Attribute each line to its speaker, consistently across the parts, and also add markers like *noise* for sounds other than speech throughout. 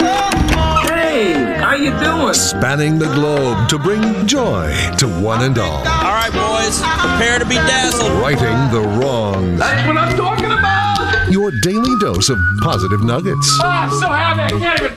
Speaker 1: Hey, how you doing?
Speaker 2: Spanning the globe to bring joy to one and all.
Speaker 3: All right, boys, prepare to be dazzled.
Speaker 2: Righting the wrongs.
Speaker 1: That's what I'm talking about.
Speaker 2: Your daily dose of positive nuggets.
Speaker 1: Oh, I'm so happy. I can't even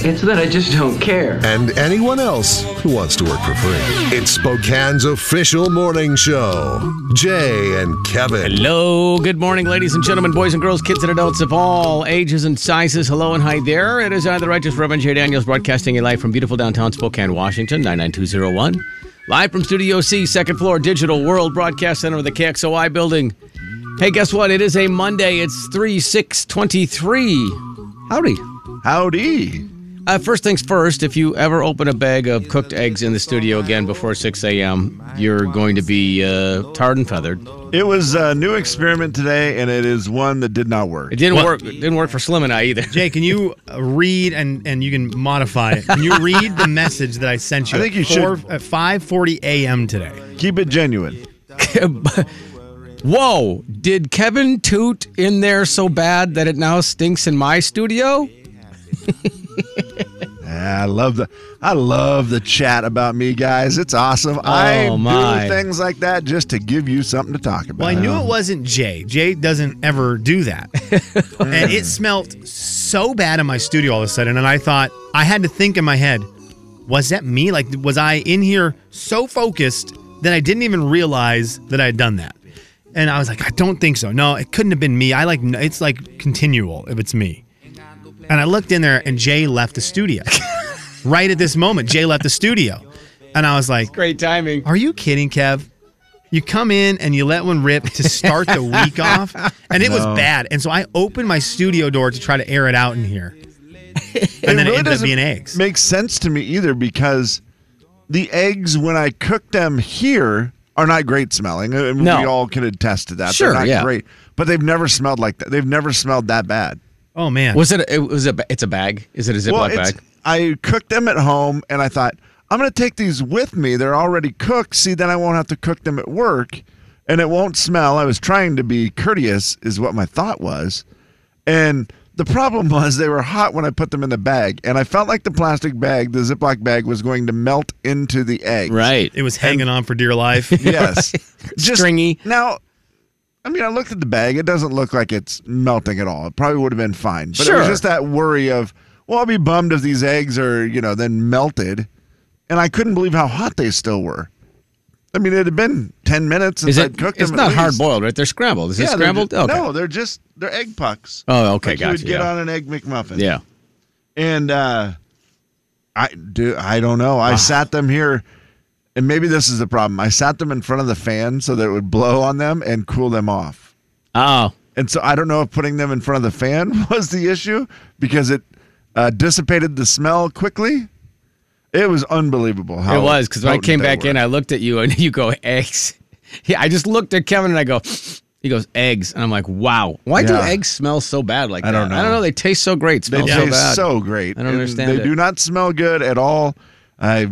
Speaker 4: It's that I just don't care.
Speaker 2: and anyone else who wants to work for free. It's Spokane's official morning show. Jay and Kevin.
Speaker 5: Hello, good morning, ladies and gentlemen, boys and girls, kids and adults of all ages and sizes. Hello and hi there. It is I, the Righteous Reverend Jay Daniels, broadcasting you live from beautiful downtown Spokane, Washington, 99201. Live from Studio C, second floor, Digital World Broadcast Center of the KXOI building. Hey, guess what? It is a Monday. It's 3 6 23. Howdy.
Speaker 6: Howdy.
Speaker 5: Uh, first things first, if you ever open a bag of cooked eggs in the studio again before 6 a.m., you're going to be uh, tarred and feathered.
Speaker 6: It was a new experiment today, and it is one that did not work.
Speaker 5: It didn't work. It didn't work for Slim and I either.
Speaker 7: Jay, can you uh, read and and you can modify it? Can you read the message that I sent you?
Speaker 6: I think you
Speaker 7: at
Speaker 6: should.
Speaker 7: at five forty a.m. today.
Speaker 6: Keep it genuine.
Speaker 5: *laughs* Whoa! Did Kevin toot in there so bad that it now stinks in my studio?
Speaker 6: I love the I love the chat about me, guys. It's awesome. I
Speaker 5: Oh, my.
Speaker 6: do things like that just to give you something to talk about.
Speaker 7: Well, I knew it wasn't Jay. Jay doesn't ever do that, and it smelt so bad in my studio all of a sudden. And I thought I had to think in my head, was that me? Like, was I in here so focused that I didn't even realize that I had done that? And I was like, I don't think so. No, it couldn't have been me. I like it's like continual if it's me. And I looked in there, and Jay left the studio. *laughs* right at this moment, Jay left the studio, and I was like,
Speaker 5: Great timing.
Speaker 7: are you kidding, Kev? You come in and you let one rip to start the week off, and it was bad. And so I opened my studio door to try to air it out in here, and then it ended up
Speaker 6: doesn't
Speaker 7: being eggs.
Speaker 6: Make sense to me either because the eggs when I cook them here are not great smelling. I mean,
Speaker 5: No.
Speaker 6: We all can attest to that.
Speaker 5: Sure,
Speaker 6: They're not
Speaker 5: yeah.
Speaker 6: great, but they've never smelled like that. They've never smelled that bad.
Speaker 7: oh man,
Speaker 5: Was it? It was a. ba- It's a bag. Is it a Ziploc
Speaker 6: it's-
Speaker 5: bag?
Speaker 6: I cooked them at home, and I thought I'm going to take these with me. They're already cooked. See, then I won't have to cook them at work, and it won't smell. I was trying to be courteous, is what my thought was, and the problem *laughs* was they were hot when I put them in the bag, and I felt like the plastic bag, the Ziploc bag, was going to melt into the egg.
Speaker 5: Right.
Speaker 7: it was hanging on for dear life.
Speaker 5: *laughs*
Speaker 6: Yes.
Speaker 5: Stringy.
Speaker 6: Now. I mean, I looked at the bag. It doesn't look like it's melting at all. It probably would have been fine. But it
Speaker 5: Sure.
Speaker 6: was just that worry of, well, I'll be bummed if these eggs are, you know, then melted. And I couldn't believe how hot they still were. I mean, it had been 10 minutes since
Speaker 5: Is
Speaker 6: I'd
Speaker 5: it?
Speaker 6: cooked
Speaker 5: It's
Speaker 6: them. at
Speaker 5: not hard
Speaker 6: least.
Speaker 5: boiled, right? They're scrambled. Is
Speaker 6: Yeah,
Speaker 5: it
Speaker 6: they're
Speaker 5: scrambled?
Speaker 6: ju-
Speaker 5: okay.
Speaker 6: No, they're just, they're egg pucks.
Speaker 5: Oh, okay,
Speaker 6: Like you
Speaker 5: gotcha.
Speaker 6: would get
Speaker 5: yeah.
Speaker 6: on an egg McMuffin.
Speaker 5: yeah.
Speaker 6: And uh, I do. I don't know.
Speaker 5: Ah.
Speaker 6: I sat them here, and maybe this is the problem. I sat them in front of the fan so that it would blow on them and cool them off.
Speaker 5: Oh,
Speaker 6: And so I don't know if putting them in front of the fan *laughs* was the issue because it uh, dissipated the smell quickly. It was unbelievable. How
Speaker 5: it was because when I
Speaker 6: potent
Speaker 5: came
Speaker 6: they
Speaker 5: back
Speaker 6: were.
Speaker 5: in, I looked at you and *laughs* you go eggs. Yeah, I just looked at Kevin and I go. He goes eggs, and I'm like, wow. Why do
Speaker 6: Yeah.
Speaker 5: eggs smell so bad like that?
Speaker 6: I don't
Speaker 5: I don't
Speaker 6: know.
Speaker 5: know. They taste so great.
Speaker 6: They
Speaker 5: Smell
Speaker 6: taste
Speaker 5: so
Speaker 6: so,
Speaker 5: bad.
Speaker 6: great.
Speaker 5: I don't
Speaker 6: And
Speaker 5: understand
Speaker 6: They
Speaker 5: it.
Speaker 6: do not smell good at all. I,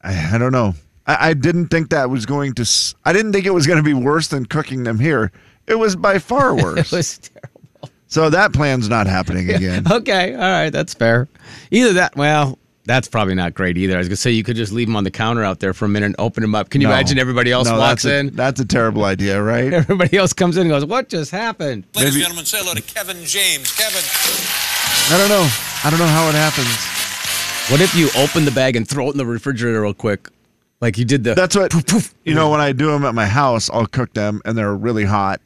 Speaker 6: I, I don't know. I, I didn't think that was going to. s- I didn't think it was going to be worse than cooking them here. It was
Speaker 5: *laughs*
Speaker 6: by far
Speaker 5: It
Speaker 6: worse.
Speaker 5: was terrible.
Speaker 6: so that plan's
Speaker 5: *laughs*
Speaker 6: not happening again.
Speaker 5: Okay, all right, that's fair. Either that, well, that's probably not great either. I was gonna say you could just leave them on the counter out there for a minute and open them up. Can you
Speaker 6: No.
Speaker 5: imagine everybody else
Speaker 6: No,
Speaker 5: walks
Speaker 6: that's a-
Speaker 5: in? *laughs*
Speaker 6: That's a terrible idea, right?
Speaker 5: Everybody else comes in and goes, "What just happened?"
Speaker 3: Ladies
Speaker 6: Maybe-
Speaker 3: and gentlemen, say hello to Kevin James. Kevin.
Speaker 6: I don't know. I don't know how it happens.
Speaker 5: What if you open the bag and throw it in the refrigerator real quick, like you did the?
Speaker 6: That's what
Speaker 5: Poof, poof.
Speaker 6: you know. When I do them at my house, I'll cook them, and they're really hot.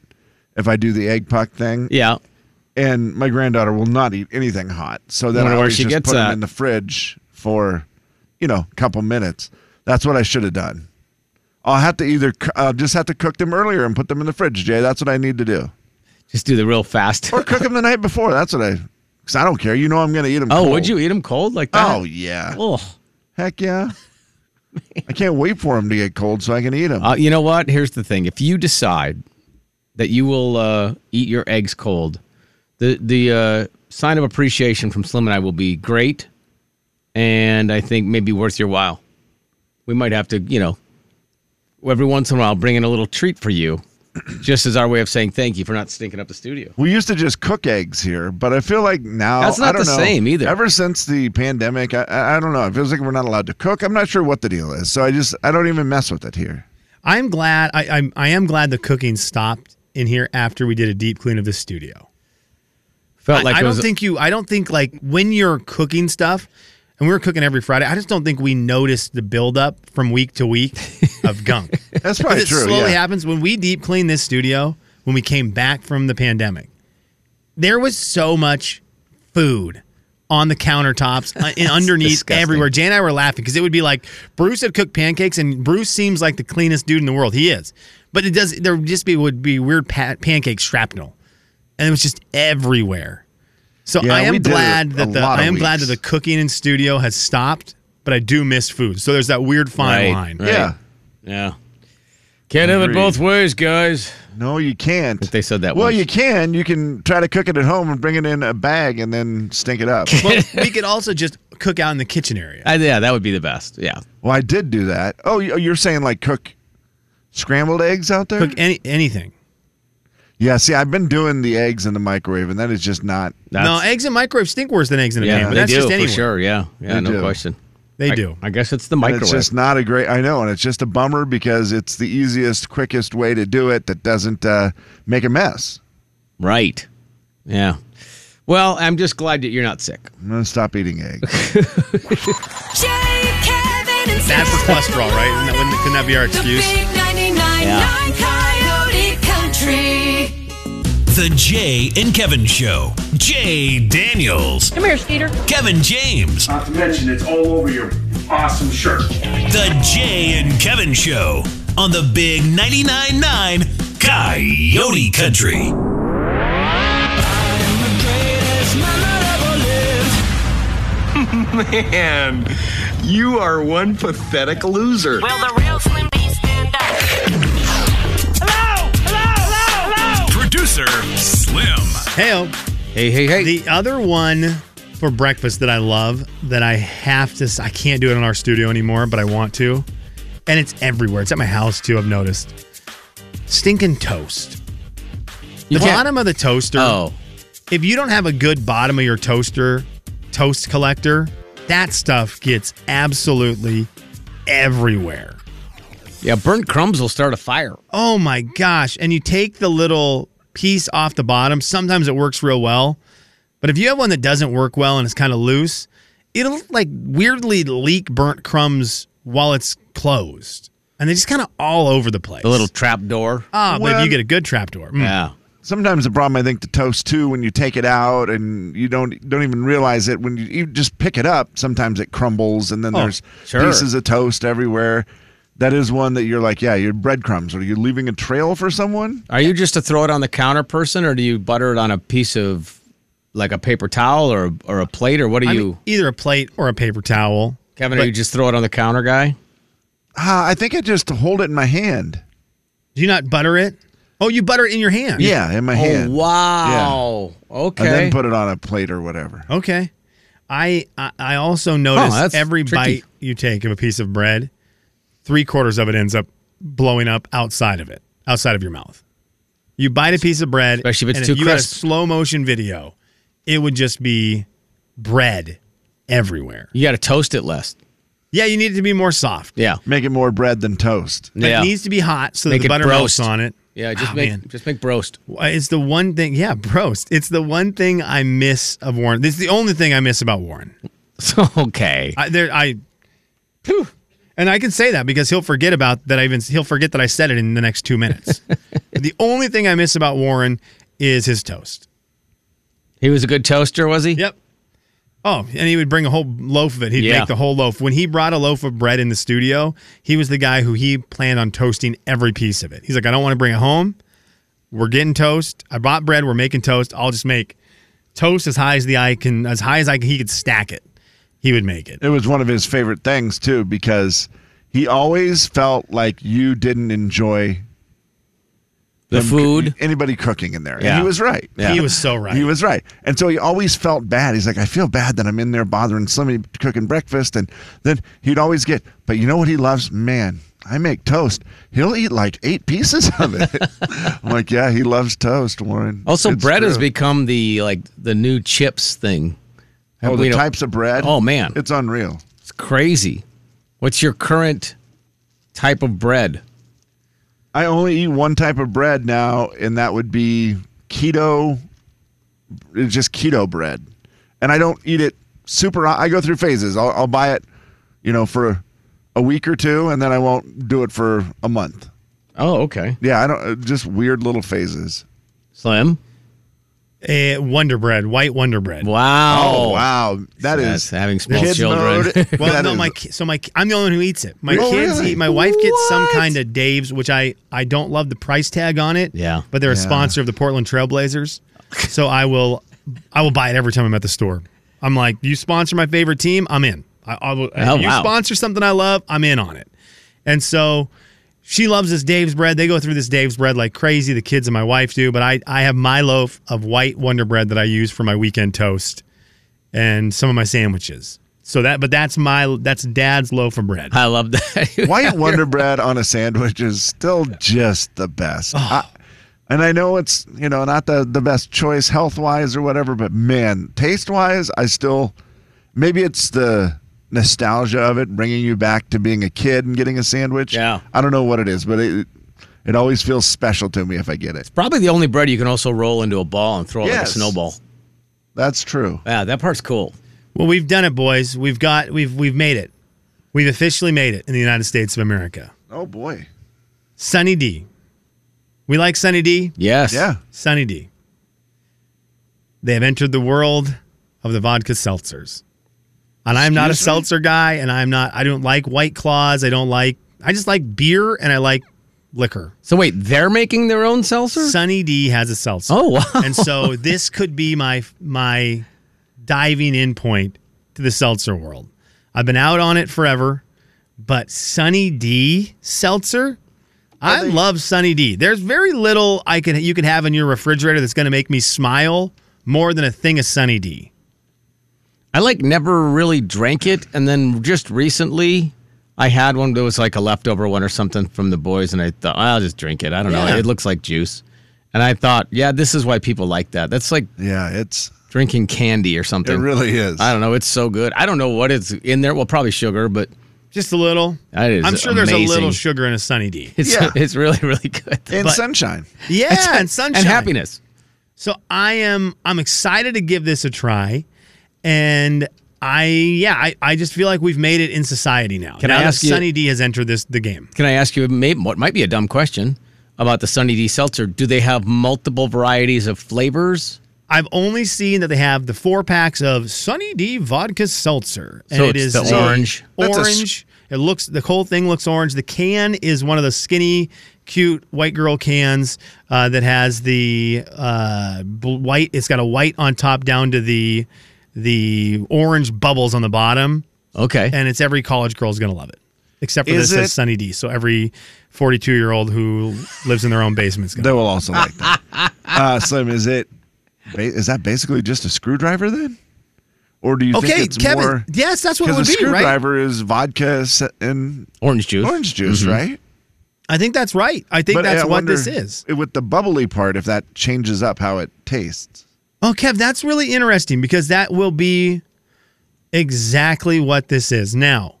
Speaker 6: If I do the egg puck thing,
Speaker 5: Yeah.
Speaker 6: and my granddaughter will not eat anything hot. So then
Speaker 5: Wonder
Speaker 6: I
Speaker 5: where
Speaker 6: always
Speaker 5: she
Speaker 6: just
Speaker 5: gets
Speaker 6: put them
Speaker 5: that.
Speaker 6: in the fridge for, you know, a couple minutes. That's what I should have done. I'll have to either c- I'll just have to cook them earlier and put them in the fridge, Jay. That's what I need to do,
Speaker 5: Just do the real fast.
Speaker 6: or cook them the night before. That's what I, because I don't care. You know I'm going to eat them.
Speaker 5: Oh, would you eat them cold like that?
Speaker 6: Oh yeah,
Speaker 5: Oh,
Speaker 6: heck yeah. I can't wait for them to get cold so I can eat them.
Speaker 5: Uh, you know what? Here's the thing: if you decide that you will uh, eat your eggs cold, the the uh, sign of appreciation from Slim and I will be great, and I think maybe worth your while. We might have to, you know, every once in a while bring in a little treat for you, *clears throat* just as our way of saying thank you for not stinking up the studio.
Speaker 6: we used to just cook eggs here, but I feel like now
Speaker 5: That's not
Speaker 6: I don't
Speaker 5: the
Speaker 6: know,
Speaker 5: same either.
Speaker 6: Ever since the pandemic, I, I I don't know. It feels like we're not allowed to cook. I'm not sure what the deal is, so I just I don't even mess with it here.
Speaker 7: I'm glad. I, I'm. I am glad the cooking stopped in here after we did a deep clean of the studio.
Speaker 5: Felt like
Speaker 7: I, I
Speaker 5: it
Speaker 7: don't
Speaker 5: was
Speaker 7: think you. I don't think like when you're cooking stuff, and we were cooking every Friday. I just don't think we noticed the buildup from week
Speaker 5: *laughs*
Speaker 7: to week of gunk.
Speaker 6: That's probably
Speaker 7: it
Speaker 6: true.
Speaker 7: slowly
Speaker 6: yeah.
Speaker 7: happens when we deep cleaned this studio when we came back from the pandemic. There was so much food on the countertops uh,
Speaker 5: *laughs*
Speaker 7: and underneath
Speaker 5: disgusting.
Speaker 7: everywhere. Jay and I were laughing because it would be like Bruce had cooked pancakes, and Bruce seems like the cleanest dude in the world. He is, but it does. There would just be would be weird pa- pancake shrapnel, and it was just everywhere. So
Speaker 6: Yeah,
Speaker 7: I
Speaker 6: we
Speaker 7: am
Speaker 6: did
Speaker 7: glad
Speaker 6: a
Speaker 7: that the
Speaker 6: lot
Speaker 7: I
Speaker 6: of
Speaker 7: am glad that
Speaker 6: weeks.
Speaker 7: the cooking in studio has stopped, but I do miss food. So there's that weird fine
Speaker 5: Right,
Speaker 7: line.
Speaker 5: right.
Speaker 6: Yeah.
Speaker 5: yeah. Can't have it both ways, guys.
Speaker 6: No, you can't.
Speaker 5: They said that.
Speaker 6: well,
Speaker 5: once.
Speaker 6: you can. You can try to cook it at home and bring it in a bag and then stink
Speaker 5: *laughs*
Speaker 6: it up.
Speaker 7: *laughs* Well, we could also just cook out in the kitchen area.
Speaker 5: I, Uh, yeah, that would be the best. Yeah.
Speaker 6: well, I did do that. Oh, you- you're saying like cook scrambled eggs out there?
Speaker 7: Cook any anything.
Speaker 6: Yeah. See, I've been doing the eggs in the microwave, and that is just not.
Speaker 5: That's,
Speaker 7: no, eggs in microwave stink worse than eggs in a
Speaker 5: yeah,
Speaker 7: pan. But
Speaker 5: they
Speaker 7: that's
Speaker 5: do
Speaker 7: just
Speaker 5: for
Speaker 7: anywhere.
Speaker 5: sure. Yeah, yeah,
Speaker 6: They
Speaker 5: no
Speaker 6: do.
Speaker 5: question.
Speaker 7: They
Speaker 5: I-
Speaker 7: do.
Speaker 5: I guess it's the
Speaker 6: And
Speaker 5: microwave.
Speaker 6: it's just not a great. I know, and it's just a bummer because it's the easiest, quickest way to do it that doesn't uh, make a mess.
Speaker 5: right. Yeah. Well, I'm just glad that you're not sick.
Speaker 6: I'm gonna stop eating
Speaker 5: *laughs*
Speaker 6: eggs.
Speaker 8: Jay, Kevin, and
Speaker 7: Bad for
Speaker 8: Slim.
Speaker 7: cholesterol, right? Isn't that, wouldn't, couldn't that be our
Speaker 8: The
Speaker 7: excuse?
Speaker 8: big 99.9 Coyote Country.
Speaker 9: The Jay and Kevin Show. Jay Daniels.
Speaker 8: Come here, Skeeter.
Speaker 9: Kevin James.
Speaker 1: Not to mention, it's all over your awesome shirt.
Speaker 9: The Jay and Kevin Show on the Big 99.9 9 Coyote Country.
Speaker 1: Man, you are one pathetic loser.
Speaker 10: Will the real Slim B stand up? Hello! Hello! Hello! Hello!
Speaker 9: Producer Slim.
Speaker 7: Heyo.
Speaker 5: Hey, hey, hey.
Speaker 7: *laughs* The other one for breakfast that I love that I have to, s- I can't do it in our studio anymore, but I want to. And it's everywhere. It's at my house too, I've noticed. Stinking toast.
Speaker 5: You
Speaker 7: the
Speaker 5: can't-
Speaker 7: bottom of the toaster.
Speaker 5: oh,
Speaker 7: if you don't have a good bottom of your toaster toast collector, that stuff gets absolutely everywhere.
Speaker 5: yeah. Burnt crumbs will start a fire.
Speaker 7: Oh my gosh. And you take the little piece off the bottom. Sometimes it works real well. But if you have one that doesn't work well and it's kind of loose, it'll like weirdly leak burnt crumbs while it's closed. And they're just kind of all over the place.
Speaker 5: The little trap door.
Speaker 7: ah, but if
Speaker 6: Well-
Speaker 7: you get a good trapdoor. Mm.
Speaker 5: yeah.
Speaker 6: Sometimes the problem I think to toast too when you take it out and you don't don't even realize it when you, you just pick it up. Sometimes it crumbles and then
Speaker 7: Oh,
Speaker 6: there's
Speaker 5: sure.
Speaker 6: pieces of toast everywhere. That is one that you're like, yeah, your breadcrumbs. Are you leaving a trail for someone?
Speaker 5: Are you just to throw it on the counter person, or do you butter it on a piece of like a paper towel or or a plate, or what do
Speaker 7: I
Speaker 5: you,
Speaker 7: mean, either a plate or a paper towel.
Speaker 5: Kevin?
Speaker 7: but-
Speaker 5: are you just throw it on the counter guy?
Speaker 6: Uh, I think I just hold it in my hand.
Speaker 7: Do you not butter it? Oh, you butter it in your hand.
Speaker 6: Yeah, in my
Speaker 5: Oh
Speaker 6: hand.
Speaker 5: wow. Okay.
Speaker 6: And then put it on a plate or whatever.
Speaker 7: Okay. I I, I also notice
Speaker 5: Oh, that's
Speaker 7: every
Speaker 5: tricky.
Speaker 7: bite you take of a piece of bread, three quarters of it ends up blowing up outside of it, outside of your mouth. You bite a piece of bread,
Speaker 5: Especially if it's
Speaker 7: and
Speaker 5: too
Speaker 7: you had a
Speaker 5: crisp.
Speaker 7: slow motion video, it would just be bread everywhere.
Speaker 5: you got to toast it less.
Speaker 7: Yeah, you need it to be more soft.
Speaker 5: Yeah.
Speaker 6: Make it more bread than toast.
Speaker 7: But
Speaker 5: yeah.
Speaker 7: It needs to be hot so that
Speaker 5: Make
Speaker 7: the
Speaker 5: it
Speaker 7: butter melts
Speaker 5: broast.
Speaker 7: on it.
Speaker 5: yeah. Just
Speaker 7: Oh,
Speaker 5: make
Speaker 7: man.
Speaker 5: just make broast. *laughs*
Speaker 7: It's the one thing. Yeah, broast. It's the one thing I miss of Warren. This is the only thing I miss about Warren.
Speaker 5: okay.
Speaker 7: I there I Phew. and I can say that because he'll forget about that I even he'll forget that I said it in the next
Speaker 5: *laughs*
Speaker 7: 2 minutes. the only thing I miss about Warren is his toast.
Speaker 5: He was a good toaster, was he?
Speaker 7: Yep. Oh, and he would bring a whole loaf of it. He'd
Speaker 5: Yeah.
Speaker 7: make the whole loaf. When he brought a loaf of bread in the studio, he was the guy who he planned on toasting every piece of it. He's like, I don't want to bring it home. We're getting toast. I bought bread. We're making toast. I'll just make toast as high as the eye can, as high as I can. He could stack it. He would make it.
Speaker 6: It was one of his favorite things too because he always felt like you didn't enjoy
Speaker 5: The
Speaker 6: them-
Speaker 5: food?
Speaker 6: anybody cooking in there. And
Speaker 5: Yeah.
Speaker 6: he was right.
Speaker 5: Yeah.
Speaker 7: He was so right.
Speaker 6: He was right. And so he always felt bad. He's like, I feel bad that I'm in there bothering somebody cooking breakfast. And then he'd always get, but you know what he loves? Man, I make toast. He'll eat like eight pieces of
Speaker 5: *laughs*
Speaker 6: it. I'm like, yeah, he loves toast, Warren.
Speaker 5: Also,
Speaker 6: It's
Speaker 5: bread has
Speaker 6: true.
Speaker 5: become the like the new chips thing.
Speaker 6: Oh,
Speaker 5: We
Speaker 6: the
Speaker 5: don't-
Speaker 6: types of bread.
Speaker 5: Oh, man.
Speaker 6: It's unreal.
Speaker 5: It's crazy. What's your current type of bread?
Speaker 6: I only eat one type of bread now, and that would be keto, it's just keto bread. And I don't eat it super. I go through phases. I'll, I'll buy it, you know, for a week or two, and then I won't do it for a month.
Speaker 5: Oh, okay.
Speaker 6: Yeah, I don't. Just weird little phases.
Speaker 5: Slim.
Speaker 7: Eh, Wonder Bread, white Wonder Bread.
Speaker 5: Wow.
Speaker 6: Oh, wow, that
Speaker 5: That's
Speaker 6: is
Speaker 5: having small
Speaker 6: kid
Speaker 5: children. *laughs*
Speaker 6: mode.
Speaker 7: Well,
Speaker 6: That
Speaker 7: no,
Speaker 6: is-
Speaker 7: my ki- so my ki- I'm the only one who eats it. My
Speaker 6: Oh,
Speaker 7: kids
Speaker 6: really?
Speaker 7: eat. My wife gets some kind of Dave's, which I I don't love the price tag on it.
Speaker 5: Yeah.
Speaker 7: but they're a
Speaker 6: Yeah.
Speaker 7: sponsor of the Portland Trailblazers, so I will I will buy it every time I'm at the store. I'm like, you sponsor my favorite team, I'm in. I, I will,
Speaker 5: Oh,
Speaker 7: if you
Speaker 5: wow.
Speaker 7: sponsor something I love, I'm in on it. And so she loves this Dave's bread. They go through this Dave's bread like crazy. The kids and my wife do, but I I have my loaf of white Wonder Bread that I use for my weekend toast and some of my sandwiches. So that, but that's my that's Dad's loaf of bread.
Speaker 5: I love that. *laughs*
Speaker 6: White Wonder Bread on a sandwich is still just the best. I, and I know it's you know not the the best choice health wise or whatever, but man, taste wise, I still maybe it's the nostalgia of it bringing you back to being a kid and getting a sandwich.
Speaker 5: Yeah.
Speaker 6: I don't know what it is, but it it always feels special to me if I get it.
Speaker 5: Probably the only bread you can also roll into a ball and throw it like a
Speaker 6: Yes.
Speaker 5: snowball.
Speaker 6: That's true.
Speaker 5: Yeah, that part's cool.
Speaker 7: Well, we've done it, boys. We've got we've we've made it. We've officially made it in the United States of America.
Speaker 6: Oh boy,
Speaker 7: Sunny D. We like Sunny D.
Speaker 5: Yes.
Speaker 6: yeah.
Speaker 7: Sunny D. They have entered the world of the vodka seltzers. And I'm not a
Speaker 6: Excuse me?
Speaker 7: seltzer guy, and I'm not, I don't like white claws. I don't like, I just like beer and I like liquor.
Speaker 5: So wait, they're making their own seltzer?
Speaker 7: Sunny D has a seltzer.
Speaker 5: Oh wow. *laughs*
Speaker 7: and so this could be my my diving in point to the seltzer world. I've been out on it forever, but Sunny D seltzer. I love Sunny D. There's very little I can you can have in your refrigerator that's going to make me smile more than a thing of Sunny D.
Speaker 5: I like never really drank it, and then just recently, I had one that was like a leftover one or something from the boys, and I thought I'll just drink it. I don't know.
Speaker 7: Yeah.
Speaker 5: It looks like juice, and I thought, yeah, this is why people like that. That's like
Speaker 6: Yeah, it's
Speaker 5: drinking candy or something.
Speaker 6: it really is.
Speaker 5: I don't know. It's so good. I don't know what it's in there. Well, probably sugar, but
Speaker 7: Just a little.
Speaker 5: That is
Speaker 7: I'm sure there's a
Speaker 5: amazing.
Speaker 7: little sugar in a Sunny D.
Speaker 5: *laughs* it's
Speaker 6: Yeah.
Speaker 5: it's really really good.
Speaker 6: and
Speaker 7: but-
Speaker 6: sunshine.
Speaker 7: Yeah, and
Speaker 5: *laughs*
Speaker 7: sunshine
Speaker 5: and happiness.
Speaker 7: So I am I'm excited to give this a try. And I yeah, I, I just feel like we've made it in society now.
Speaker 5: Can
Speaker 7: Now
Speaker 5: I
Speaker 7: that
Speaker 5: ask you-
Speaker 7: Sunny D has entered this the game.
Speaker 5: Can I ask you maybe, what might be a dumb question about the Sunny D seltzer? Do they have multiple varieties of flavors?
Speaker 7: I've only seen that they have the four packs of Sunny D vodka seltzer. And
Speaker 5: So it's the
Speaker 7: a
Speaker 5: orange.
Speaker 6: That's a s-
Speaker 7: Orange. It looks the whole thing looks orange. The can is one of the skinny, cute white girl cans uh, that has the uh, bl- white. It's got a white on top down to the the orange bubbles on the bottom.
Speaker 5: Okay.
Speaker 7: and it's every college girl's gonna love it. Except for
Speaker 6: Is
Speaker 7: this
Speaker 6: it-
Speaker 7: says Sunny D. So every 42 year old who lives in their own basement's gonna.
Speaker 6: They will also like
Speaker 7: *laughs*
Speaker 6: that. Uh, Slim, is it? ba- Is that basically just a screwdriver then? Or do you
Speaker 7: Okay,
Speaker 6: think it's
Speaker 7: Kevin.
Speaker 6: more?
Speaker 7: yes, that's what it
Speaker 6: Because a
Speaker 7: would be, right?
Speaker 6: screwdriver is vodka s- and
Speaker 5: orange juice.
Speaker 6: orange juice, right?
Speaker 7: I think that's right. I think that's
Speaker 6: I
Speaker 7: what
Speaker 6: wonder
Speaker 7: this is.
Speaker 6: i- With the bubbly part, if that changes up how it tastes.
Speaker 7: Oh, Kev, that's really interesting because that will be exactly what this is. Now,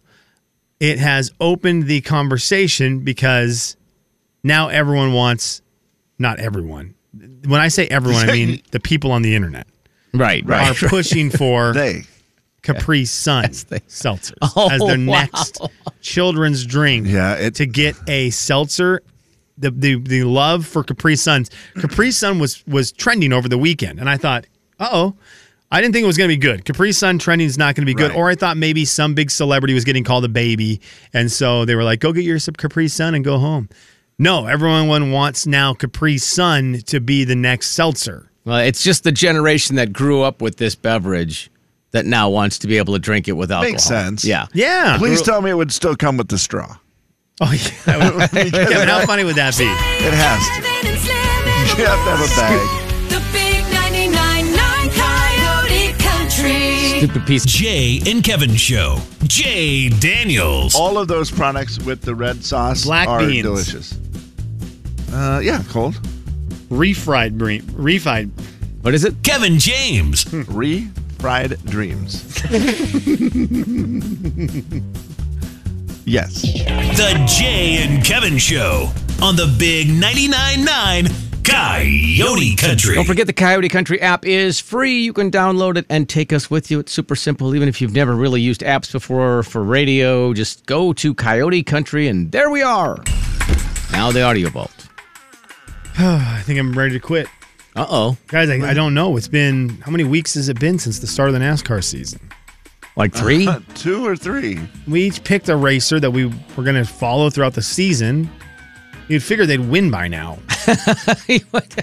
Speaker 7: it has opened the conversation because now everyone wants, not everyone. When I
Speaker 6: *laughs*
Speaker 7: say everyone, I mean the people on the internet
Speaker 5: Right.
Speaker 7: are
Speaker 5: Right.
Speaker 7: pushing for
Speaker 6: *laughs* They.
Speaker 5: *laughs*
Speaker 7: Capri Sun seltzers
Speaker 5: Oh,
Speaker 7: as their
Speaker 5: wow.
Speaker 7: next children's drink.
Speaker 6: Yeah, it-
Speaker 7: to get a seltzer. The, the the love for Capri Suns. Capri Sun was was trending over the weekend, and I thought, uh oh, I didn't think it was going to be good. Capri Sun trending is not going to be good,
Speaker 6: Right.
Speaker 7: or I thought maybe some big celebrity was getting called a baby, and so they were like, go get your sub Capri Sun and go home. No, everyone wants now Capri Sun to be the next seltzer.
Speaker 5: Well, it's just the generation that grew up with this beverage that now wants to be able to drink it with alcohol.
Speaker 6: Makes sense.
Speaker 5: Yeah.
Speaker 7: Yeah,
Speaker 6: Please tell me it would still come with the straw. *laughs*
Speaker 7: Oh yeah. Kevin, how funny would that be?
Speaker 6: It has to.
Speaker 8: Kevin and Slim in the
Speaker 6: You have to have a
Speaker 8: morning. The
Speaker 6: bag.
Speaker 8: big 99.9 Coyote Country.
Speaker 5: Stupid piece.
Speaker 9: Jay and Kevin Show. Jay Daniels.
Speaker 6: All of those products with the red sauce
Speaker 7: Black
Speaker 6: are
Speaker 7: beans.
Speaker 6: delicious. Uh, yeah, cold.
Speaker 7: Refried bre- refried.
Speaker 5: What is it?
Speaker 9: Kevin James.
Speaker 6: Re-fried dreams. yes.
Speaker 9: The Jay and Kevin Show on the Big 99.9 Coyote Country.
Speaker 5: Don't forget the Coyote Country app is free. You can download it and take us with you. It's super simple. Even if you've never really used apps before for radio, just go to Coyote Country and there we are. Now the audio vault.
Speaker 7: I think I'm ready to quit.
Speaker 5: Uh oh.
Speaker 7: Guys, I, I don't know. It's been how many weeks has it been since the start of the NASCAR season?
Speaker 5: Like
Speaker 7: *laughs*
Speaker 5: three? *laughs*
Speaker 6: Uh, two or three.
Speaker 7: We each picked a racer that we were going to follow throughout the season. You'd figure they'd win by now.
Speaker 5: you want-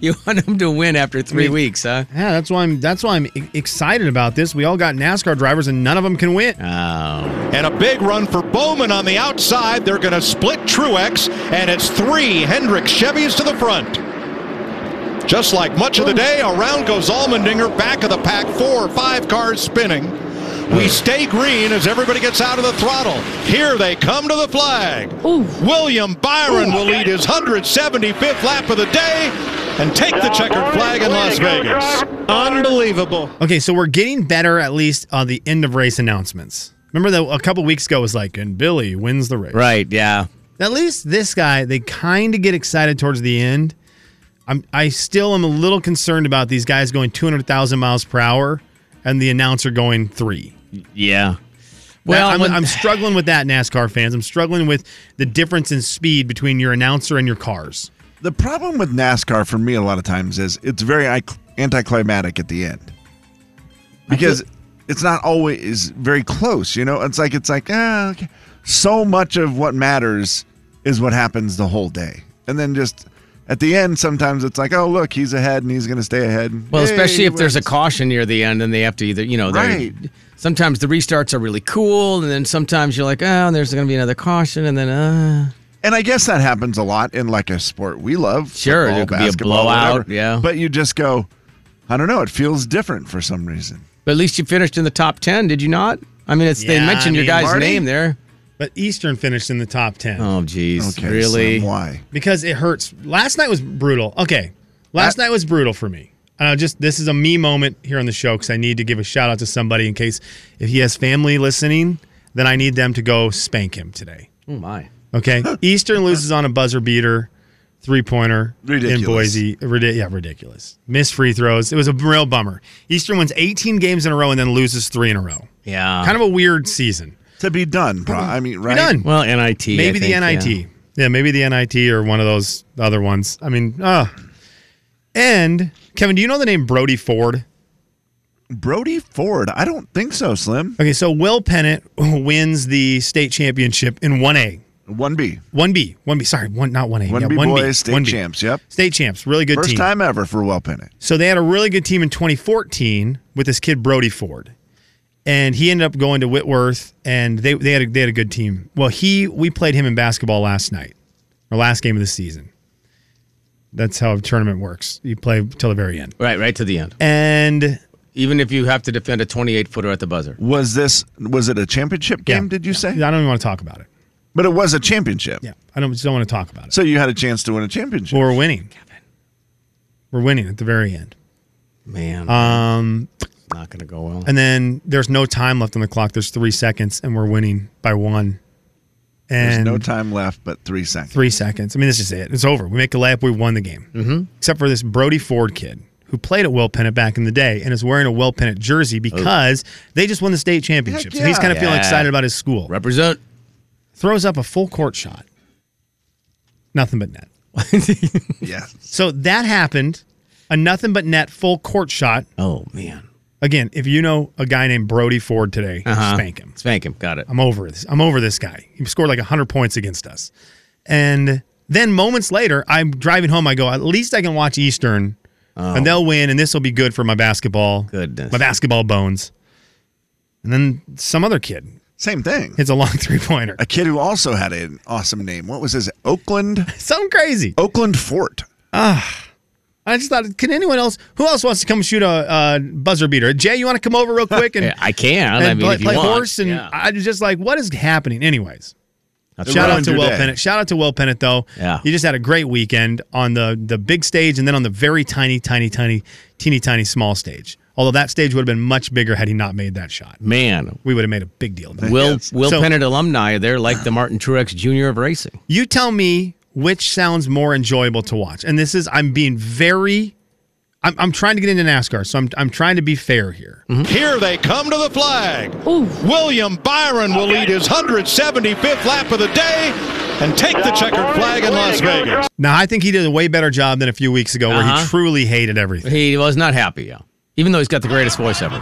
Speaker 5: you want them to win after three
Speaker 7: I mean-
Speaker 5: weeks, huh?
Speaker 7: Yeah, that's why I'm that's why I'm e- excited about this. We all got NASCAR drivers and none of them can win.
Speaker 5: Oh.
Speaker 11: And a big run for Bowman on the outside. They're going to split Truex, and it's three Hendrick Chevys to the front. Just like much of the day, around goes Allmendinger, back of the pack, four or five cars spinning. We stay green as everybody gets out of the throttle. Here they come to the flag. William Byron will lead his 175th lap of the day and take the checkered flag in Las Vegas. Unbelievable.
Speaker 7: Okay, so we're getting better at least on the end of race announcements. Remember that a couple weeks ago was like, and Billy wins the race.
Speaker 5: Right, yeah.
Speaker 7: At least this guy, they kind of get excited towards the end. I'm I still am a little concerned about these guys going 200,000 miles per hour and the announcer going three.
Speaker 5: Yeah.
Speaker 7: Well, I'm,
Speaker 5: when-
Speaker 7: I'm struggling with that, NASCAR fans. I'm struggling with the difference in speed between your announcer and your cars.
Speaker 6: The problem with NASCAR for me a lot of times is it's very ic- anticlimactic at the end because it's not always very close. You know, it's like it's like ah, okay. so much of what matters is what happens the whole day, and then just at the end, sometimes it's like, oh look, he's ahead and he's going to stay ahead.
Speaker 5: Well,
Speaker 6: Yay,
Speaker 5: especially
Speaker 6: he
Speaker 5: if there's a
Speaker 6: wins.
Speaker 5: caution near the end, and they have to either, you know, they
Speaker 6: Right.
Speaker 5: sometimes the restarts are really cool, and then sometimes you're like, oh, there's going to be another caution, and then, uh,
Speaker 6: And I guess that happens a lot in like a sport we love.
Speaker 5: Sure,
Speaker 6: football,
Speaker 5: there could be a
Speaker 6: basketball,
Speaker 5: blowout,
Speaker 6: whatever.
Speaker 5: yeah.
Speaker 6: But you just go, I don't know. It feels different for some reason.
Speaker 5: but at least you finished in the top ten, did you not? I mean, it's they
Speaker 7: Yeah,
Speaker 5: mentioned
Speaker 7: I
Speaker 5: your
Speaker 7: mean,
Speaker 5: guy's
Speaker 7: Marty-
Speaker 5: name there.
Speaker 7: But Eastern finished in the top 10
Speaker 5: Oh, geez,
Speaker 6: Okay,
Speaker 5: really?
Speaker 6: Sam, why?
Speaker 7: because it hurts. Last night was brutal. Okay. Last
Speaker 6: I-
Speaker 7: night was brutal for me. And I just this is a me moment here on the show because I need to give a shout out to somebody in case if he has family listening, then I need them to go spank him today.
Speaker 5: oh my!
Speaker 6: *laughs*
Speaker 7: Okay. Eastern loses on a buzzer beater, three pointer in
Speaker 6: Ridiculous.
Speaker 7: Boise. Ridi- yeah, ridiculous. Missed free throws. It was a real bummer. Eastern wins 18 games in a row and then loses three in a row.
Speaker 5: Yeah,
Speaker 7: Kind of a weird season.
Speaker 6: To be done. Pro- I mean, right?
Speaker 7: Mm-hmm. Done.
Speaker 5: well, nit. I
Speaker 7: Maybe the
Speaker 5: think,
Speaker 7: NIT.
Speaker 5: yeah.
Speaker 7: Yeah. maybe the NIT or one of those other ones. I mean, uh And Kevin, do you know the name Brody Ford?
Speaker 6: Brody Ford. I don't think so, Slim.
Speaker 7: Okay, so Will Pennant wins the state championship in 1A.
Speaker 6: 1B.
Speaker 7: 1B. 1B, sorry, one not 1A.
Speaker 6: 1B
Speaker 7: yeah, 1B.
Speaker 6: boys, state
Speaker 7: 1B.
Speaker 6: champs. Yep.
Speaker 7: State champs, really good
Speaker 6: First
Speaker 7: team.
Speaker 6: time ever for Will Pennant.
Speaker 7: So they had a really good team in 2014 with this kid Brody Ford, and he ended up going to Whitworth, and they they had a, they had a good team. Well, he we played him in basketball last night, or last game of the season. That's how a tournament works. You play till the very end.
Speaker 5: Right, right to the end.
Speaker 7: And
Speaker 5: Even if you have to defend a 28 footer at the buzzer.
Speaker 6: Was this was it a championship game,
Speaker 7: Yeah.
Speaker 6: did you
Speaker 7: I
Speaker 6: say?
Speaker 7: don't even want to talk about it.
Speaker 6: But it was a championship.
Speaker 7: Yeah, I don't just don't want to talk about it.
Speaker 6: So you had a chance to win a championship.
Speaker 7: Well, we're winning. We're winning at the very end.
Speaker 5: Man,
Speaker 7: Um,
Speaker 5: not going to go well.
Speaker 7: And then there's no time left on the clock. There's three seconds, and we're winning by one.
Speaker 6: There's
Speaker 7: And
Speaker 6: no time left but three seconds.
Speaker 7: three seconds. I mean, this is it. It's over. We make a layup. We won the game. Mm-hmm. Except for this Brody Ford kid who played at Will Pennant back in the day and is wearing a Will Pennant jersey because they just won the state championship. So he's kind of feeling
Speaker 5: Yeah.
Speaker 7: excited about his school.
Speaker 5: Represent.
Speaker 7: Throws up a full court shot. Nothing but net.
Speaker 6: Yeah.
Speaker 7: So that happened. A nothing but net full court shot.
Speaker 5: Oh man,
Speaker 7: Again, if you know a guy named Brody Ford today, spank him.
Speaker 5: spank him. Got it.
Speaker 7: I'm over this. I'm over this guy. He scored like 100 points against us. And then moments later, I'm driving home. I go, at least I can watch Eastern and they'll win and this will be good for my basketball.
Speaker 5: Oh. Goodness.
Speaker 7: My basketball bones. And then some other kid.
Speaker 6: Same thing.
Speaker 7: It's a long *laughs* three pointer.
Speaker 6: A kid who also had an awesome name. What was his? Oakland?
Speaker 7: Something crazy.
Speaker 6: Oakland Fort.
Speaker 7: Ah. I just thought, can anyone else? Who else wants to come shoot a uh, buzzer beater? Jay, you want to come over real quick
Speaker 5: *laughs*
Speaker 7: and
Speaker 5: I can. I
Speaker 7: and
Speaker 5: mean,
Speaker 7: play,
Speaker 5: if you
Speaker 7: play
Speaker 5: want.
Speaker 7: horse and
Speaker 5: Yeah.
Speaker 7: I was just like, what is happening? Anyways,
Speaker 5: That's
Speaker 7: shout
Speaker 5: right.
Speaker 7: out to
Speaker 5: Ruined
Speaker 7: Will
Speaker 5: your day.
Speaker 7: Pennant. Shout out to Will Pennant though.
Speaker 5: Yeah.
Speaker 7: you just had a great weekend on the the big stage and then on the very tiny, tiny, tiny, teeny tiny small stage. Although that stage would have been much bigger had he not made that shot.
Speaker 5: Man,
Speaker 7: we would have made a big deal. of it.
Speaker 5: Will Will
Speaker 7: So-
Speaker 5: Pennant alumni, they're like the Martin Truex Jr. of racing.
Speaker 7: You tell me which sounds more enjoyable to watch. And this is, I'm being very, I'm, I'm trying to get into NASCAR, so I'm, I'm trying to be fair here.
Speaker 5: Mm-hmm.
Speaker 11: Here they come to the flag. William Byron will lead his 175th lap of the day and take the checkered flag in Las Vegas.
Speaker 7: Now, I think he did a way better job than a few weeks ago where he
Speaker 5: Uh-huh.
Speaker 7: truly hated everything.
Speaker 5: He was not happy, yeah. Even though he's got the greatest voice ever.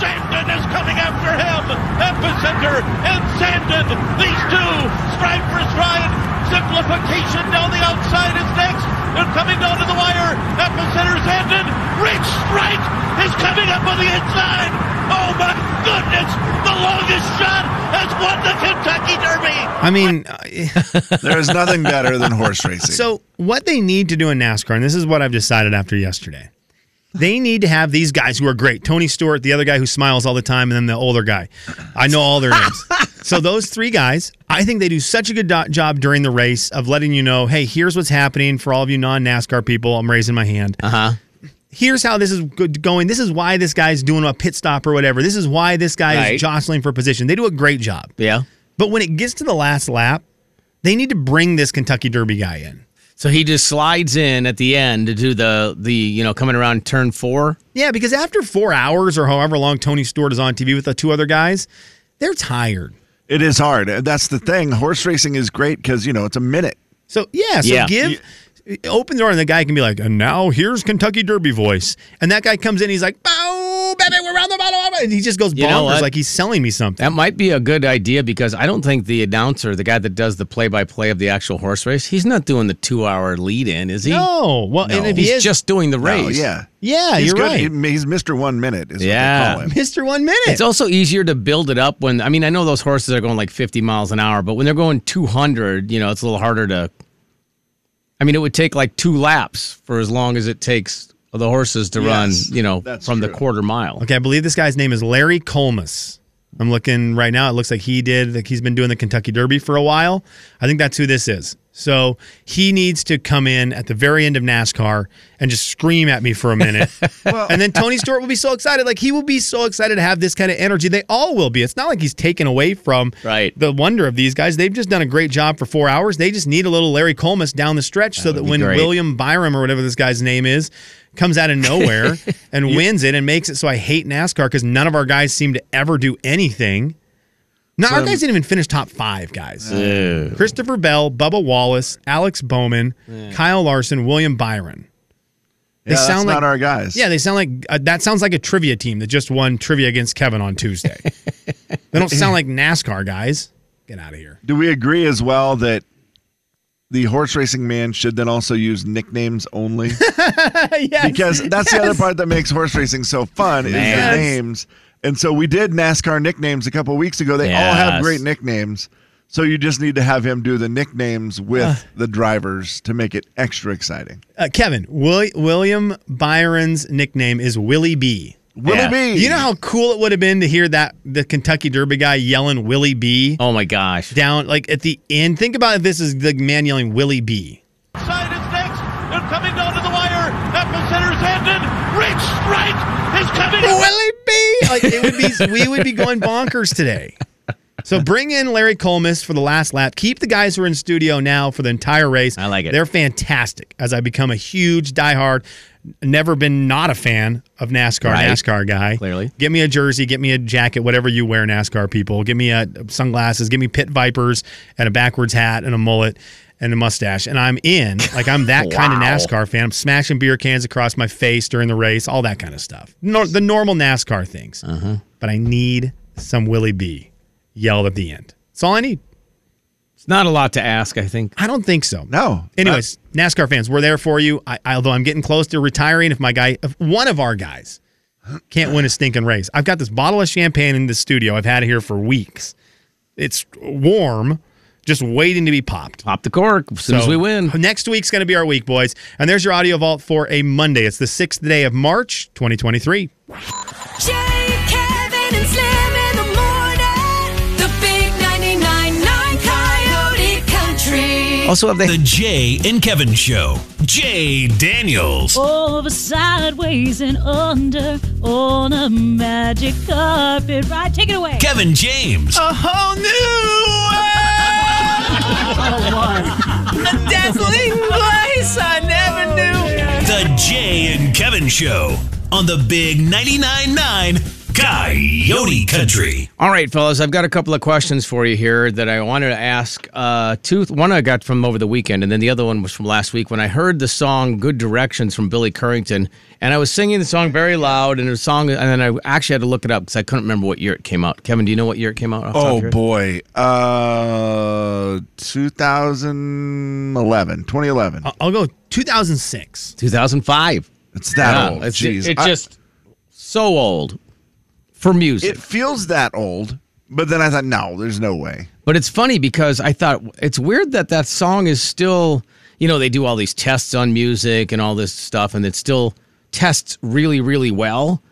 Speaker 10: Sandon is coming after him. Epicenter and Sandon. These two, stride for stride. Simplification down the outside is next. They're coming down to the wire. Epicenter, Sandon. Rich Strike is coming up on the inside. Oh my goodness! The longest shot has won the Kentucky Derby.
Speaker 7: I mean, eh,
Speaker 6: there is nothing better than
Speaker 7: *laughs*
Speaker 6: horse racing.
Speaker 7: So, what they need to do in NASCAR, and this is what I've decided after yesterday, they need to have these guys who are great Tony Stewart, the other guy who smiles all the time, and then the older guy. I know all their names. so, those three guys, I think they do such a good do- job during the race of letting you know, hey, here's what's happening for all of you non NASCAR people. I'm raising my hand. Uh huh. Here's how this is good going. This is why this guy's doing a pit stop or whatever. This is why this guy
Speaker 5: Right.
Speaker 7: is jostling for position. They do a great job.
Speaker 5: Yeah.
Speaker 7: But when it gets to the last lap, they need to bring this Kentucky Derby guy in.
Speaker 5: So he just slides in at the end to do the the you know coming around turn four.
Speaker 7: Yeah, because after four hours or however long Tony Stewart is on TV with the two other guys, they're tired.
Speaker 6: It is hard. That's the thing. Horse racing is great because, you know, it's a minute.
Speaker 7: So yeah, so
Speaker 6: Yeah.
Speaker 7: give open the door and the guy can be like, and now here's Kentucky Derby voice, and that guy comes in, he's like, bow, baby, we're around the bottom, blah, blah," and he just goes bonkers.
Speaker 5: You know what?
Speaker 7: like he's selling me something.
Speaker 5: That might be a good idea because I don't think the announcer, the guy that does the play by play of the actual horse race, he's not doing the two hour lead in, is he?
Speaker 7: No. Well, and if he
Speaker 5: he's
Speaker 7: is-
Speaker 5: just doing the race.
Speaker 6: Oh, yeah.
Speaker 7: Yeah,
Speaker 6: he's
Speaker 7: you're
Speaker 6: good.
Speaker 7: right.
Speaker 6: He- he's Mr. One Minute, is
Speaker 5: Yeah.
Speaker 7: *laughs*
Speaker 6: what they call him.
Speaker 7: Mister One Minute.
Speaker 5: It's also easier to build it up when I mean I know those horses are going like 50 miles an hour, but when they're going 200, you know, it's a little harder to I mean it would take like two laps for as long as it takes the horses to
Speaker 7: Yes,
Speaker 5: run, you know,
Speaker 7: that's
Speaker 5: from the
Speaker 7: true.
Speaker 5: quarter mile.
Speaker 7: Okay, I believe this guy's name is Larry Colmus. I'm looking right now. It looks like he did, like he's been doing the Kentucky Derby for a while. I think that's who this is. So he needs to come in at the very end of NASCAR and just scream at me for a minute. and then Tony Stewart will be so excited. Like he will be so excited to have this kind of energy. They all will be. It's not like he's taken away from right. the wonder of these guys. They've just done a great job for four hours. They just need a little Larry Colmus down the stretch so that
Speaker 5: be
Speaker 7: when
Speaker 5: great.
Speaker 7: William Byram or whatever this guy's name is comes out
Speaker 6: *laughs*
Speaker 7: of nowhere and
Speaker 5: You-
Speaker 7: wins it and makes it so I hate NASCAR because none of our guys seem to ever do anything. No, our
Speaker 5: Well-
Speaker 7: guys didn't even finish top five, guys.
Speaker 5: Ew.
Speaker 7: Christopher Bell, Bubba Wallace, Alex Bowman,
Speaker 6: Yeah.
Speaker 7: Kyle Larson, William Byron. They
Speaker 6: Yeah, that's
Speaker 7: sound like
Speaker 6: not our guys.
Speaker 7: Yeah, they sound like uh, that sounds like a trivia team that just won trivia against Kevin
Speaker 6: *laughs*
Speaker 7: on Tuesday. they don't sound like NASCAR guys. Get out
Speaker 6: *laughs*
Speaker 7: of here. *laughs*
Speaker 6: Do we agree as well that the horse racing man should then also use nicknames only?
Speaker 5: *laughs*
Speaker 7: yes.
Speaker 6: because that's the other part that makes horse racing so fun
Speaker 5: Man.
Speaker 6: is the names. And so we did NASCAR nicknames a couple weeks ago. They all
Speaker 5: Yes.
Speaker 6: have great nicknames. So you just need to have him do the nicknames with
Speaker 5: Uh.
Speaker 6: the drivers to make it extra exciting.
Speaker 7: Uh, Kevin, Will- William Byron's nickname is Willie B.
Speaker 6: Willie Yeah. B.
Speaker 7: Do You know how cool it would have been to hear that the Kentucky Derby guy yelling Willie B.
Speaker 5: Oh my gosh.
Speaker 7: Down like at the end. Think about if this is the man yelling Willie B.
Speaker 10: Side is next. They're coming down to the wire. Epicenter's handed. Rich Strike is coming.
Speaker 7: Willie B. Like it would be *laughs* we would be going bonkers today. So bring in Larry Colmus for the last lap. Keep the guys who are in studio now for the entire race. I like it. They're fantastic. As I become a huge diehard, never been not a fan of NASCAR,
Speaker 5: Right.
Speaker 7: NASCAR guy. Clearly. Get me a jersey, get me a jacket, whatever you wear, NASCAR people. Give me a sunglasses, give me pit vipers and a backwards hat and a mullet and a mustache. And I'm in. Like I'm *laughs* that kind of
Speaker 5: Wow.
Speaker 7: NASCAR fan. I'm smashing beer cans across my face during the race, all that kind of stuff. Nor- the normal NASCAR things. Uh-huh. But I need some Willie B yelled at the end. That's all I need.
Speaker 5: It's not a lot to ask, I think.
Speaker 7: I don't think so.
Speaker 6: No.
Speaker 7: Anyways, NASCAR fans, we're there for you. I, although I'm getting close to retiring, if my guy, if one of our guys Can't win a stinking race. I've got this bottle of champagne in the studio. I've had it here for weeks. It's warm, just waiting to be popped.
Speaker 5: Pop the cork as soon as we win.
Speaker 7: Next week's going to be our week, boys. And there's your audio vault for a Monday. It's the sixth day of March, 2023.
Speaker 8: Jay, Kevin, and Slim in the morning. The big 99.9 Coyote Country.
Speaker 9: Also, have they the Jay and Kevin Show? Jay Daniels,
Speaker 12: Over, sideways, and under on a magic carpet ride. Take it away.
Speaker 9: Kevin James,
Speaker 12: A whole new world. *laughs* A dazzling place I never knew.
Speaker 9: the Jay and Kevin Show on the Big 99.9 9 Coyote Country.
Speaker 5: All right, fellas, I've got a couple of questions for you here that I wanted to ask. Uh, two, one I got from over the weekend, and then the other one was from last week when I heard the song "Good Directions" from Billy Currington, and I was singing the song very loud, and the song, and then I actually had to look it up because I couldn't remember what year it came out. Kevin, do you know what year it came out? off the top of
Speaker 6: Oh
Speaker 5: your head?
Speaker 6: boy. Uh 2011, 2011.
Speaker 5: Uh,
Speaker 7: I'll go 2006.
Speaker 5: 2005.
Speaker 6: It's that
Speaker 5: Yeah,
Speaker 6: old.
Speaker 5: It's,
Speaker 6: Oh, Jeez.
Speaker 5: it's
Speaker 6: I-
Speaker 5: just so old for music.
Speaker 6: it feels that old, but then I thought no, there's no way.
Speaker 5: But it's funny because I thought it's weird that that song is still, you know, they do all these tests on music and all this stuff, and it still tests really, really well.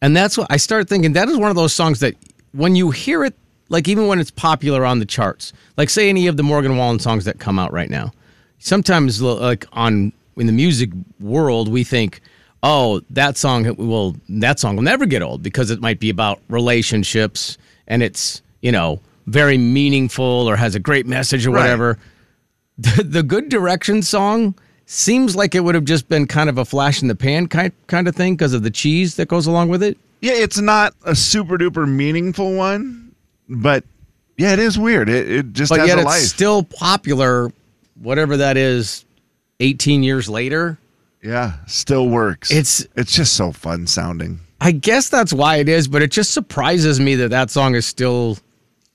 Speaker 5: And that's what I started thinking. That is one of those songs that when you hear it, like even when it's popular on the charts, like say any of the Morgan Wallen songs that come out right now, sometimes l- like on in the music world we think, oh, that song will that song will never get old because it might be about relationships and it's you know very meaningful or has a great message or
Speaker 13: Right.
Speaker 5: whatever *laughs* the, the good direction song seems like it would have just been kind of a flash in the pan kind kind of thing because of the cheese that goes along with it.
Speaker 6: Yeah, it's not a super duper meaningful one, but yeah, it is weird. It, it just
Speaker 5: but
Speaker 6: has
Speaker 5: yet
Speaker 6: a
Speaker 5: it's
Speaker 6: life.
Speaker 5: still popular, whatever that is, 18 years later.
Speaker 6: yeah, still works.
Speaker 5: It's
Speaker 6: it's just so fun sounding.
Speaker 5: I guess that's why it is, but it just surprises me that that song is still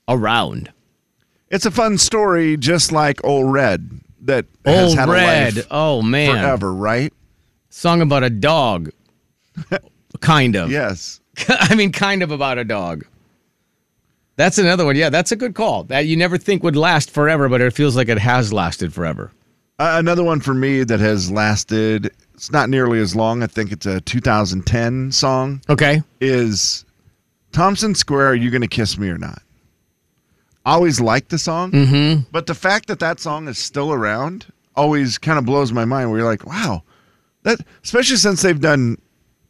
Speaker 5: around.
Speaker 6: It's a fun story, just like Old Red that has
Speaker 5: Old
Speaker 6: had
Speaker 5: Red.
Speaker 6: a life
Speaker 5: Oh, man.
Speaker 6: forever, right?
Speaker 5: Song about a dog.
Speaker 6: *laughs*
Speaker 5: kind of.
Speaker 6: Yes.
Speaker 5: *laughs* I mean, kind of about a dog. That's another one. Yeah, that's a good call. That you never think would last forever, but it feels like it has lasted forever.
Speaker 6: Uh, another one for me that has lasted. It's not nearly as long. I think it's a 2010 song.
Speaker 5: Okay.
Speaker 6: Is Thompson Square? Are you gonna kiss me or not? I always liked the song,
Speaker 5: Mhm.
Speaker 6: but the fact that that song is still around always kind of blows my mind. Where you're like, wow, that especially since they've done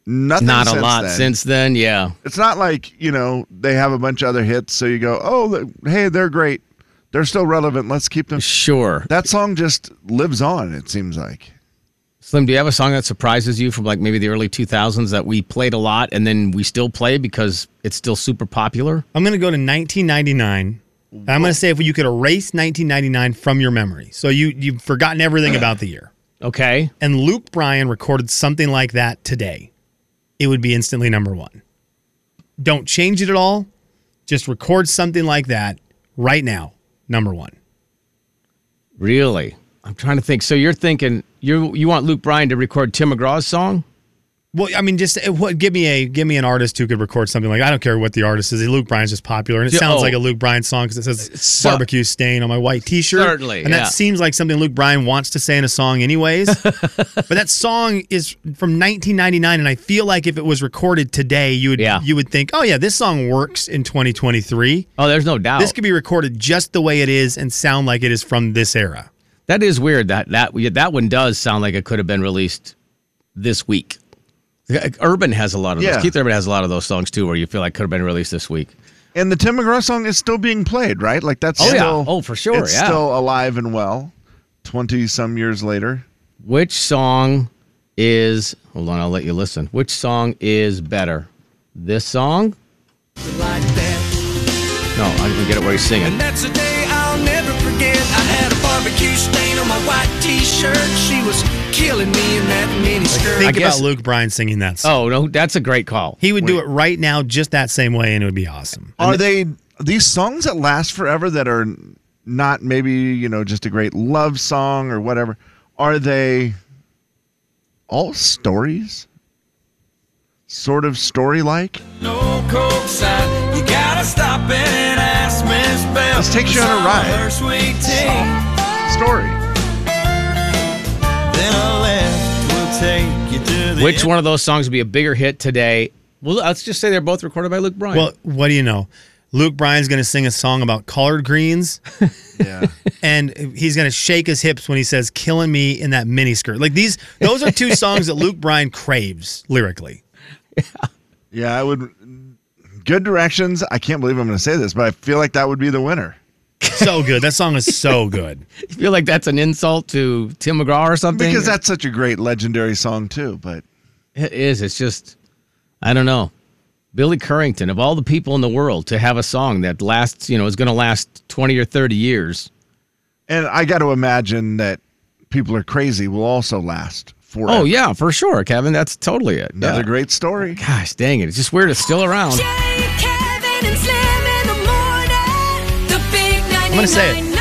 Speaker 6: nothing.
Speaker 5: Not a
Speaker 6: since
Speaker 5: lot
Speaker 6: then.
Speaker 5: since then. Yeah.
Speaker 6: It's not like you know they have a bunch of other hits, so you go, oh, th- hey, they're great, they're still relevant. Let's keep them.
Speaker 5: Sure.
Speaker 6: That song just lives on. It seems like.
Speaker 5: Slim, do you have a song that surprises you from like maybe the early 2000s that we played a lot and then we still play because it's still super popular?
Speaker 7: I'm going to go to 1999. And I'm going to say if you could erase 1999 from your memory. So you you've forgotten everything about the year.
Speaker 5: Okay.
Speaker 7: And Luke Bryan recorded something like that today. It would be instantly number 1. Don't change it at all. Just record something like that right now. Number 1.
Speaker 5: Really? I'm trying to think. So you're thinking you you want Luke Bryan to record Tim McGraw's song?
Speaker 7: Well, I mean, just uh, what, give me a give me an artist who could record something like I don't care what the artist is. Luke Bryan's just popular, and it
Speaker 5: Yeah,
Speaker 7: sounds
Speaker 5: oh.
Speaker 7: like a Luke Bryan song because it says
Speaker 5: So-
Speaker 7: "barbecue stain" on my white T-shirt.
Speaker 5: Certainly,
Speaker 7: and
Speaker 5: yeah.
Speaker 7: that seems like something Luke Bryan wants to say in a
Speaker 5: *laughs*
Speaker 7: song, anyways. but that song is from 1999, and I feel like if it was recorded today, you would you would think, oh yeah, this song works in 2023.
Speaker 5: Oh, there's no doubt.
Speaker 7: This could be recorded just the way it is and sound like it is from this era.
Speaker 5: That is weird. That that yeah, that one does sound like it could have been released this week. Like, Urban has a lot of
Speaker 6: Yeah.
Speaker 5: those. Keith Urban has a lot of those songs too, where you feel like could have been released this week.
Speaker 6: And the Tim McGraw song is still being played, right? Like that's
Speaker 5: Oh, yeah.
Speaker 6: still
Speaker 5: Oh, for sure,
Speaker 6: It's
Speaker 5: yeah.
Speaker 6: still alive and well. Twenty some years later.
Speaker 5: Which song is? Hold on, I'll let you listen. Which song is better? This song? No, I can get it where he's singing.
Speaker 14: And that's a day I'll never forget. I had a barbecue stain on my white t-shirt. She was killing me in that mini skirt.
Speaker 7: Think about Luke Bryan singing that song.
Speaker 5: Oh no, that's a great call.
Speaker 7: He would do it right now, just that same way, and it would be awesome.
Speaker 6: Are they these songs that last forever that are not maybe, you know, just a great love song or whatever? Are they all stories? sort of story like.
Speaker 14: No coke side. You gotta stop in and ask Miss Bell.
Speaker 6: Let's take you on a ride.
Speaker 14: Her sweet tea.
Speaker 6: Story.
Speaker 14: Then a left will take you to the
Speaker 5: Which one of those songs would be a bigger hit today? Well, let's just say they're both recorded by Luke Bryan.
Speaker 7: Well, what do you know? Luke Bryan's going to sing a song about collard greens.
Speaker 6: yeah.
Speaker 7: And he's going to shake his hips when he says, killing me in that miniskirt. Like these, those are two songs that Luke Bryan craves lyrically.
Speaker 6: Yeah, I would. Good directions. I can't believe I'm going to say this, but I feel like that would be the winner.
Speaker 7: So good. That song is so good.
Speaker 5: you feel like that's an insult to Tim McGraw or something?
Speaker 6: Because that's such a great legendary song, too. But
Speaker 5: It is. It's just, I don't know. Billy Currington, of all the people in the world, to have a song that lasts, you know, is going to last 20 or 30 years.
Speaker 6: And I got to imagine that People Are Crazy will also last forever.
Speaker 5: Oh, yeah, for sure, Kevin. That's totally it.
Speaker 6: Another
Speaker 5: Yeah.
Speaker 6: great story.
Speaker 5: Gosh dang it. It's just weird. It's still around.
Speaker 8: Jay, Kevin, and Slim in the morning. The big 999
Speaker 7: I'm going to say it.